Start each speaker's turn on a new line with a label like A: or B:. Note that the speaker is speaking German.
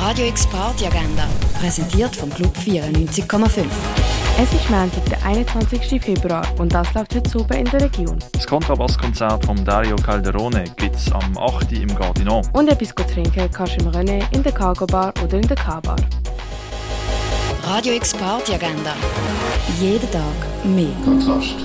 A: Radio X Party Agenda, präsentiert vom Club 94,5.
B: Es ist Montag, der 21. Februar und das läuft heute oben in der Region.
C: Das Kontrabasskonzert von Dario Calderone gibt's am 8. Uhr im Gardinon.
B: Und etwas gut trinken kannst du im René, in der Cargo Bar oder in der K-Bar.
A: Radio X Party Agenda. Jeden Tag mehr.
D: Kontrast.